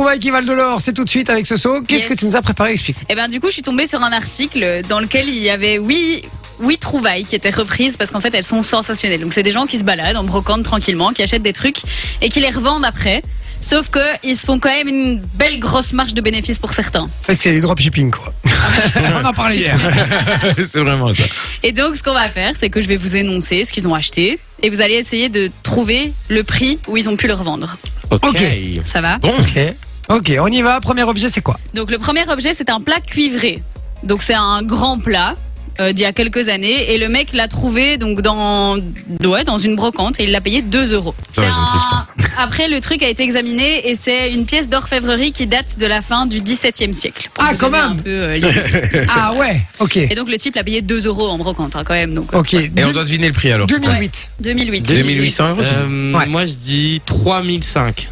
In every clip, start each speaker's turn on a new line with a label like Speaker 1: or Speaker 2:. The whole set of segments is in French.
Speaker 1: Douai qui valent de l'or, c'est tout de suite avec ce saut. Qu'est-ce
Speaker 2: Yes.
Speaker 1: que tu nous as préparé Explique.
Speaker 2: Et ben du coup, je suis tombée sur un article dans lequel il y avait oui. Oui, trouvailles qui étaient reprises parce qu'en fait elles sont sensationnelles. Donc c'est des gens qui se baladent en brocante tranquillement, qui achètent des trucs et qui les revendent après. Sauf que ils se font quand même une belle grosse marge de bénéfices pour certains.
Speaker 1: Parce que c'est du dropshipping quoi. On en parlait hier.
Speaker 3: c'est vraiment ça.
Speaker 2: Et donc ce qu'on va faire, c'est que je vais vous énoncer ce qu'ils ont acheté et vous allez essayer de trouver le prix où ils ont pu le revendre.
Speaker 3: Ok.
Speaker 2: Ça va
Speaker 3: Bon.
Speaker 1: Ok. Ok, on y va. Premier objet, c'est quoi
Speaker 2: Donc le premier objet, c'est un plat cuivré. Donc c'est un grand plat euh, d'il y a quelques années et le mec l'a trouvé donc dans ouais, dans une brocante et il l'a payé 2 euros.
Speaker 4: Ah
Speaker 3: Ça va,
Speaker 2: C'est
Speaker 3: je ne triche
Speaker 4: hein.
Speaker 3: pas.
Speaker 2: Après le truc a été examiné et c'est une pièce d'orfèvrerie qui date de la fin du XVIIe siècle. Pour
Speaker 1: Ah,
Speaker 2: vous
Speaker 1: quand
Speaker 2: donner
Speaker 1: même
Speaker 2: un peu, euh, l'idée.
Speaker 1: Ah ouais. Ok.
Speaker 2: Et donc le type l'a payé 2 euros en brocante hein, quand même donc euh,
Speaker 1: Ok.
Speaker 3: Et on
Speaker 1: Deux-
Speaker 3: doit deviner le prix alors.
Speaker 1: 2008.
Speaker 2: 2008.
Speaker 3: 2800 euros. tu dis
Speaker 4: Euh,
Speaker 1: Ouais.
Speaker 4: Moi je dis 3005.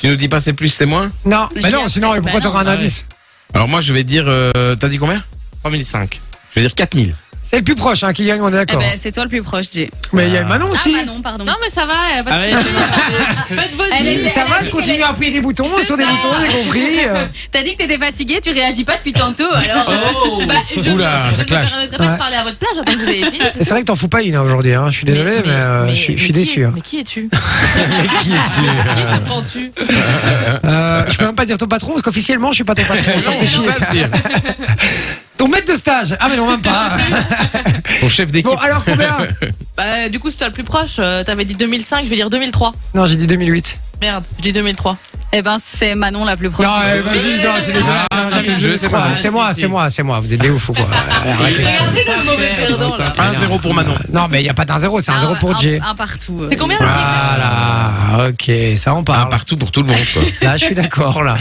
Speaker 3: Tu nous dis pas c'est plus, c'est moins
Speaker 1: Non, mais
Speaker 2: J'y
Speaker 1: non,
Speaker 2: ai-
Speaker 1: sinon
Speaker 2: bah
Speaker 1: pourquoi
Speaker 2: non.
Speaker 1: t'auras un
Speaker 4: Ah ouais.
Speaker 1: indice
Speaker 3: Alors moi je vais dire. euh, T'as dit combien
Speaker 4: 3005.
Speaker 3: Je vais dire 4000.
Speaker 1: C'est le plus proche hein, qui gagne, on est
Speaker 2: Eh
Speaker 1: d'accord.
Speaker 2: ben, c'est toi le plus proche, Jay.
Speaker 1: Mais il y a Manon
Speaker 2: Ah,
Speaker 1: aussi.
Speaker 2: bah non, pardon.
Speaker 5: Non, mais ça va. euh, pas de-
Speaker 4: Ah ouais,
Speaker 5: Faites vos
Speaker 2: Elle
Speaker 5: yeux.
Speaker 2: est-
Speaker 1: Ça
Speaker 2: elle a
Speaker 1: va,
Speaker 2: dit
Speaker 1: je
Speaker 2: qu'elle
Speaker 1: continue à appuyer des boutons
Speaker 2: C'est
Speaker 1: sur des
Speaker 2: ça.
Speaker 5: Ah.
Speaker 1: boutons, j'ai compris. euh.
Speaker 2: T'as dit que t'étais fatigué, tu réagis pas depuis tantôt, alors. euh,
Speaker 5: Bah, je je
Speaker 3: Oh. Oula, ça
Speaker 5: me
Speaker 3: clash.
Speaker 5: permettrai pas
Speaker 1: Ouais.
Speaker 5: de parler à votre place, j'attends que vous ayez fini.
Speaker 1: C'est vrai que t'en fous pas une hein, aujourd'hui, hein. je suis désolé, mais, euh, je suis- je suis
Speaker 5: mais qui
Speaker 1: déçu.
Speaker 5: est-
Speaker 1: hein.
Speaker 5: Mais qui es-tu
Speaker 3: Qui es-tu
Speaker 5: Qui te prends-tu
Speaker 1: Euh, je peux même pas dire ton patron, parce qu'officiellement je suis pas ton patron. ça me fait chier.
Speaker 3: C'est ça le pire.
Speaker 1: Ton maître de stage Ah mais non, même pas
Speaker 3: Ton chef d'équipe.
Speaker 1: Bon, alors combien
Speaker 5: Bah, du coup, c'est toi le plus proche. euh, T'avais dit 2005, je vais dire 2003.
Speaker 1: Non, j'ai dit 2008.
Speaker 5: Merde, je dis 2003.
Speaker 2: Eh ben, c'est Manon la plus proche.
Speaker 1: Non, eh, vas-y, non, c'est des
Speaker 3: Ah, c'est le jeu, c'est pas
Speaker 1: blagues.
Speaker 3: mal.
Speaker 1: C'est moi, c'est moi, c'est moi, vous êtes des ouf ou quoi
Speaker 4: Ah
Speaker 5: Regardez Ah, le mauvais perdant, là.
Speaker 3: 1-0 pour Manon.
Speaker 1: Non, mais il n'y a pas d'un zéro, c'est
Speaker 2: Ah,
Speaker 1: un zéro pour J.
Speaker 2: Un, un partout. euh.
Speaker 5: C'est
Speaker 1: ah,
Speaker 5: combien
Speaker 1: Voilà, ok, ça on
Speaker 3: Un
Speaker 1: parle.
Speaker 3: partout pour tout le monde quoi.
Speaker 1: Là, je suis d'accord, là.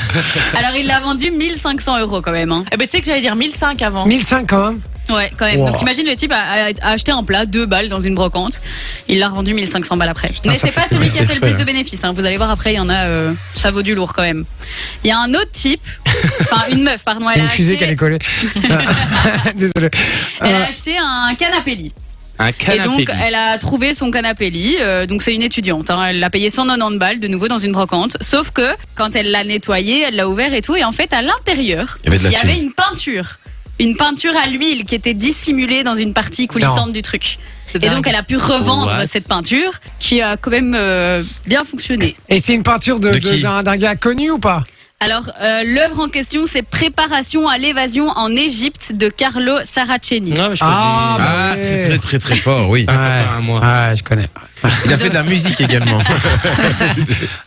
Speaker 2: Alors, il l'a vendu 1500 euros quand même. hein.
Speaker 5: Eh ben, tu sais que j'allais dire 1005 avant.
Speaker 1: 1005 quand même.
Speaker 2: Ouais, quand même.
Speaker 1: Wow.
Speaker 2: Donc, t'imagines, le type a, a- a acheté un plat, deux balles dans une brocante. Il l'a revendu 1500 balles après. Mais
Speaker 1: Ah, ça
Speaker 2: c'est
Speaker 1: fait
Speaker 2: pas celui qui a
Speaker 3: c'est
Speaker 2: fait le
Speaker 3: fait,
Speaker 2: plus
Speaker 3: hein.
Speaker 2: de bénéfices. hein. Vous allez voir après, il y en a. euh, ça vaut du lourd quand même. Il y a un autre type, enfin une meuf, pardon.
Speaker 1: Il y
Speaker 2: Elle
Speaker 1: a
Speaker 2: a
Speaker 1: une fusée Ah. qui a
Speaker 2: acheté,
Speaker 1: décollé. Désolé.
Speaker 2: elle a acheté un canapé lit.
Speaker 4: Un
Speaker 2: Et
Speaker 4: canapé.
Speaker 2: donc,
Speaker 4: lit.
Speaker 2: elle a trouvé son canapé lit. euh, donc, c'est une étudiante. hein. Elle l'a payé 190 balles de nouveau dans une brocante. Sauf que quand elle l'a nettoyé, elle l'a ouvert et tout. Et en fait, à l'intérieur,
Speaker 3: Il y avait de la thune.
Speaker 2: une peinture. Une peinture à l'huile qui était dissimulée dans une partie coulissante du truc. Et donc, elle a pu revendre
Speaker 4: What
Speaker 2: cette peinture qui a quand même euh, bien fonctionné.
Speaker 1: Et c'est une peinture de-
Speaker 3: De
Speaker 1: de-
Speaker 3: qui
Speaker 1: d'un d'un gars connu ou pas
Speaker 2: Alors, euh, l'œuvre en question, c'est Préparation à l'évasion en Égypte de Carlo Saraceni.
Speaker 4: Non, mais je connais.
Speaker 1: Ah, bah,
Speaker 3: Ah,
Speaker 1: ouais.
Speaker 3: très très très très fort, oui.
Speaker 1: Ah.
Speaker 4: Un copain à moi.
Speaker 1: Ouais, je connais.
Speaker 3: Il a fait de la musique également.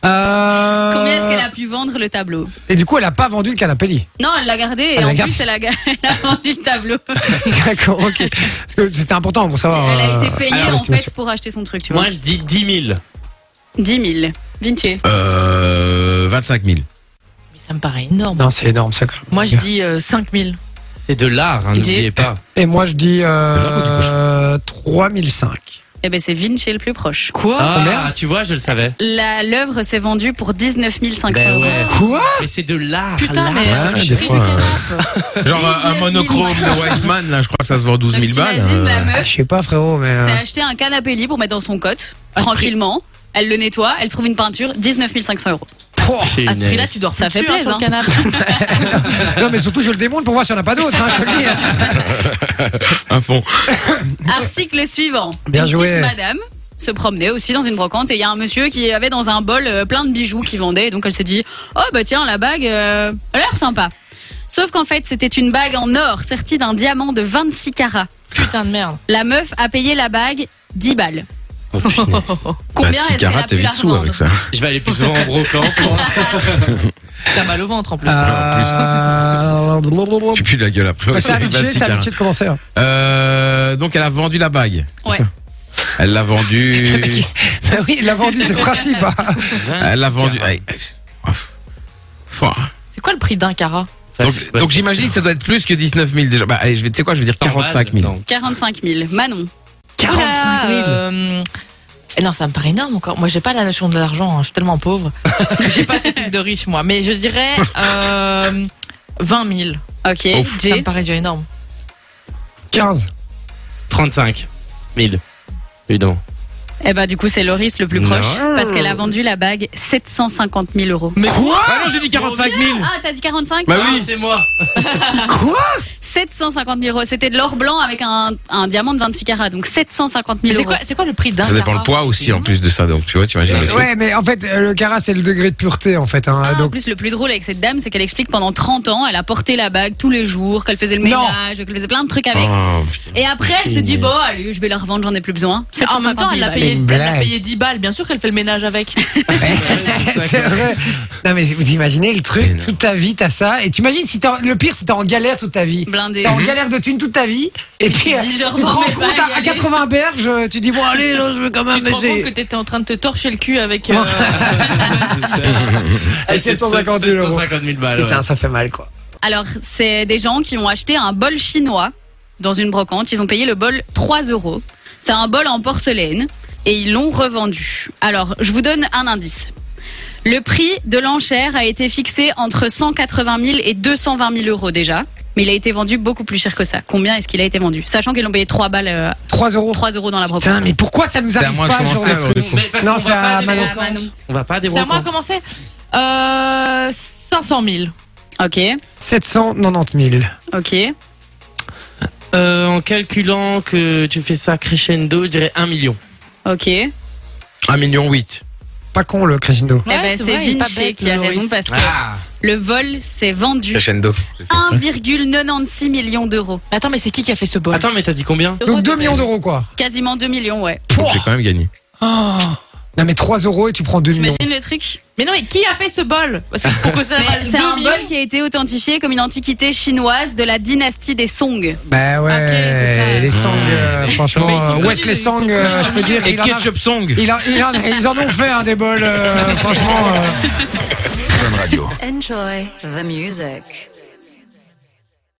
Speaker 1: Euh,
Speaker 2: Combien est-ce qu'elle a pu vendre le tableau
Speaker 1: Et du coup, elle a pas vendu le canapé lit.
Speaker 2: Non, elle l'a gardé
Speaker 1: Ah,
Speaker 2: et
Speaker 1: Elle l'a Oh.
Speaker 2: en
Speaker 1: gardé.
Speaker 2: plus, elle a, ga- elle a vendu le tableau.
Speaker 1: D'accord, ok. Parce que c'était important pour savoir.
Speaker 2: Elle a
Speaker 1: euh,
Speaker 2: été payée
Speaker 1: à
Speaker 2: en
Speaker 1: l'estimation.
Speaker 2: fait pour acheter son truc, tu vois.
Speaker 4: Moi je dis 10 000.
Speaker 2: 10 000. Vinci.
Speaker 3: Euh, 25 000.
Speaker 5: Mais ça me paraît énorme.
Speaker 1: Non, c'est énorme ça. quand même.
Speaker 5: Moi, je dis euh, 5000.
Speaker 4: C'est de l'art, hein,
Speaker 2: J'ai-
Speaker 4: n'oubliez pas.
Speaker 1: Et moi, je dis
Speaker 3: là, moi, tu
Speaker 1: euh, 3005.
Speaker 2: Eh ben, c'est Vinci le plus proche.
Speaker 5: Quoi
Speaker 4: Ah, tu vois, je le savais.
Speaker 2: La- L'œuvre s'est vendue pour 19 500
Speaker 4: Ben
Speaker 2: euros.
Speaker 4: ouais. Ah,
Speaker 1: Quoi
Speaker 4: Mais c'est de l'art.
Speaker 5: Putain,
Speaker 4: l'art.
Speaker 5: mais
Speaker 3: Ouais,
Speaker 1: Ah,
Speaker 5: euh,
Speaker 3: des
Speaker 5: je crie du
Speaker 3: fois, euh,
Speaker 5: canap.
Speaker 3: Genre un, un
Speaker 2: 19 000.
Speaker 3: monochrome de Wiseman, là, je crois que ça se vend 12
Speaker 2: Donc,
Speaker 3: 000 balles.
Speaker 2: t'imagines,
Speaker 3: euh.
Speaker 2: la meuf
Speaker 1: ah, Je sais pas, frérot, mais.
Speaker 2: s'est
Speaker 1: euh,
Speaker 2: acheté un canapé lit pour mettre dans son cote,
Speaker 5: À ce prix.
Speaker 2: tranquillement. Elle le nettoie, elle trouve une peinture, 19 500 euros. À ce
Speaker 4: Punaise.
Speaker 2: prix-là, tu dors, ça fait
Speaker 5: Tu, hein,
Speaker 2: plaisir.
Speaker 5: sur le canap.
Speaker 1: Non, mais surtout, je le démonte pour voir s'il n'y en a pas d'autres, hein, je te le dis. hein.
Speaker 3: Un fond.
Speaker 2: Article suivant.
Speaker 1: Bien
Speaker 2: une
Speaker 1: joué.
Speaker 2: Petite madame se promenait aussi dans une brocante et il y a un monsieur qui avait dans un bol euh, plein de bijoux qu'il vendait. Et donc elle se dit Oh bah tiens, la bague, euh, elle a l'air sympa. Sauf qu'en fait, c'était une bague en or sertie d'un diamant de 26 carats.
Speaker 5: Putain de merde.
Speaker 2: La meuf a payé la bague 10 balles.
Speaker 1: Oh,
Speaker 2: Combien
Speaker 3: Bah,
Speaker 2: est-ce qu'elle a
Speaker 3: Ticara,
Speaker 2: pu
Speaker 3: t'es
Speaker 2: la
Speaker 3: vite sous
Speaker 2: revendre
Speaker 3: avec ça.
Speaker 4: Je vais aller plus souvent en brocante. moi.
Speaker 5: T'as mal au ventre en plus.
Speaker 1: Euh,
Speaker 3: Tu pues la gueule après.
Speaker 1: bah,
Speaker 3: aussi,
Speaker 1: C'est
Speaker 3: avec
Speaker 1: habitué,
Speaker 3: 26
Speaker 1: c'est
Speaker 3: carats.
Speaker 1: habitué de commencer. hein.
Speaker 3: Euh, donc elle a vendu la bague. c'est
Speaker 2: Ouais.
Speaker 3: ça Elle l'a vendue.
Speaker 1: Bah oui, il l'a vendu, c'est le principe. hein.
Speaker 3: elle l'a vendue.
Speaker 4: Vingt-quatre.
Speaker 3: Aïe, aïe. Fouah.
Speaker 5: C'est quoi le prix d'un carat
Speaker 3: hein. Donc, donc j'imagine que ça doit être plus que 19 000 déjà. Bah allez, je vais- tu sais quoi, je vais dire 45 000.
Speaker 4: Non.
Speaker 2: 45 000. Manon.
Speaker 5: 45 000 Ah, euh, Non, ça me paraît énorme encore. Moi, j'ai pas la notion de l'argent. hein. Je suis tellement pauvre. j'ai pas ces trucs de riche, moi. Mais je dirais euh, 20 000.
Speaker 2: Ok.
Speaker 3: Ouf.
Speaker 5: Ça me
Speaker 2: Jay.
Speaker 5: paraît déjà énorme.
Speaker 1: 15.
Speaker 4: 35 000. Évidemment.
Speaker 2: Eh ben du coup, c'est Loris le plus proche
Speaker 3: Non.
Speaker 2: parce qu'elle a vendu la bague 750 000 euros.
Speaker 3: Mais quoi Ah non, j'ai dit 45 000
Speaker 2: Ah, t'as dit 45
Speaker 3: Bah
Speaker 4: Ah
Speaker 3: oui.
Speaker 4: c'est moi.
Speaker 1: Quoi
Speaker 2: 750 000 euros. C'était de l'or blanc avec un, un diamant de 26 carats, donc 750
Speaker 5: Mais
Speaker 2: 000
Speaker 5: c'est
Speaker 2: euros.
Speaker 5: quoi, c'est quoi le prix d'un
Speaker 3: Ça dépend
Speaker 5: carat
Speaker 3: le poids aussi en plus de ça, donc tu vois, t'imagines le truc.
Speaker 1: Ouais, mais en fait, euh, le carat, c'est le degré de pureté, en fait. hein,
Speaker 2: Ah, En
Speaker 1: donc,
Speaker 2: plus, le plus drôle avec cette dame, c'est qu'elle explique pendant 30 ans, elle a porté la bague tous les jours, qu'elle faisait le
Speaker 1: Non. Ah,
Speaker 2: ménage, qu'elle faisait plein de trucs avec.
Speaker 3: Oh, putain.
Speaker 2: Et après, elle se dit, bon, allez, je vais la revendre, j'en ai plus besoin.
Speaker 5: C'est- En même temps, elle l'a
Speaker 2: 750 000
Speaker 1: C'est
Speaker 5: payé,
Speaker 1: une
Speaker 5: elle l'a
Speaker 1: blague.
Speaker 5: payé 10 balles. Bien sûr qu'elle fait le ménage avec.
Speaker 1: c'est vrai. Non, mais vous imaginez le
Speaker 3: Mais
Speaker 1: truc,
Speaker 3: non.
Speaker 1: toute ta vie, t'as ça. Et t'imagines, si t'es en- le pire, c'est t'es en galère toute ta vie.
Speaker 2: blindée.
Speaker 1: T'es en galère de thunes toute ta vie. Et puis, euh,
Speaker 2: dis,
Speaker 1: tu
Speaker 2: je
Speaker 1: te
Speaker 2: revends
Speaker 1: rends
Speaker 2: mes
Speaker 1: compte
Speaker 2: bagues,
Speaker 1: à- à
Speaker 2: allez.
Speaker 1: 80 berges, euh, tu dis, bon, allez, là, je veux quand
Speaker 5: Tu
Speaker 1: même.
Speaker 5: te rends compte que
Speaker 1: j'ai-
Speaker 5: t'étais en train de te torcher le cul avec. euh,
Speaker 1: Avec 750 000 euros.
Speaker 4: 750 000 balles. ouais.
Speaker 1: Putain, ça fait mal, quoi.
Speaker 2: Alors, c'est des gens qui ont acheté un bol chinois dans une brocante. Ils ont payé le bol 3 euros. C'est un bol en porcelaine et ils l'ont revendu. Alors, je vous donne un indice. Le prix de l'enchère a été fixé entre 180 000 et 220 000 euros déjà. Mais il a été vendu beaucoup plus cher que ça. Combien est-ce qu'il a été vendu Sachant qu'ils l'ont payé 3 balles, euh,
Speaker 1: 3 euros.
Speaker 2: 3 euros dans la brocante.
Speaker 1: Putain, mais pourquoi ça nous
Speaker 3: C'est à
Speaker 1: arrive
Speaker 3: moi de
Speaker 1: pas
Speaker 3: commencer,
Speaker 1: sur la
Speaker 3: alors, du coup.
Speaker 4: Mais parce
Speaker 1: Non,
Speaker 4: qu'on
Speaker 1: c'est
Speaker 4: va pas
Speaker 1: à
Speaker 4: des
Speaker 1: Manon.
Speaker 4: brocantes.
Speaker 2: Ah, Manon.
Speaker 4: On va pas à des
Speaker 5: C'est à moi à
Speaker 4: brocantes.
Speaker 5: commencer euh, 500 000.
Speaker 2: Ok,
Speaker 1: 790 000.
Speaker 2: ok.
Speaker 4: Euh, en calculant que tu fais ça crescendo, je dirais 1 million.
Speaker 2: Ok. Eh
Speaker 3: 1 million 8.
Speaker 1: Pas con, le crescendo.
Speaker 5: Eh
Speaker 2: ben, c'est Vinci qui a raison parce que
Speaker 4: Ah,
Speaker 2: le vol s'est vendu
Speaker 3: Crescendo.
Speaker 1: Ah.
Speaker 2: 1,96 millions d'euros.
Speaker 5: Attends, mais c'est qui qui a fait ce bol
Speaker 4: attends, mais t'as dit combien
Speaker 1: Donc 2 millions d'euros, quoi.
Speaker 2: Quasiment 2 millions, ouais.
Speaker 1: Pouah.
Speaker 3: J'ai quand même gagné.
Speaker 1: Oh. Non, mais 3 euros et tu prends 2 millions.
Speaker 2: T'imagines le truc
Speaker 5: Mais non, mais qui a fait ce bol Parce que pour que ça
Speaker 2: Mais
Speaker 5: valse
Speaker 2: C'est
Speaker 5: deux
Speaker 2: un
Speaker 5: millions-
Speaker 2: bol qui a été authentifié comme une antiquité chinoise de la dynastie des Song.
Speaker 1: Bah ouais,
Speaker 5: Ok, c'est ça.
Speaker 1: les sangs, euh, franchement,
Speaker 5: Mais ils sont
Speaker 1: euh,
Speaker 5: connus,
Speaker 1: Wesley
Speaker 5: ils sont
Speaker 1: Sang,
Speaker 5: connus.
Speaker 1: euh, je peux dire
Speaker 3: Et
Speaker 1: qu'il en a-
Speaker 3: Ketchup Song.
Speaker 1: il en- il en- ils en ont fait hein, des bols, euh, franchement. euh.
Speaker 6: Enjoy the music.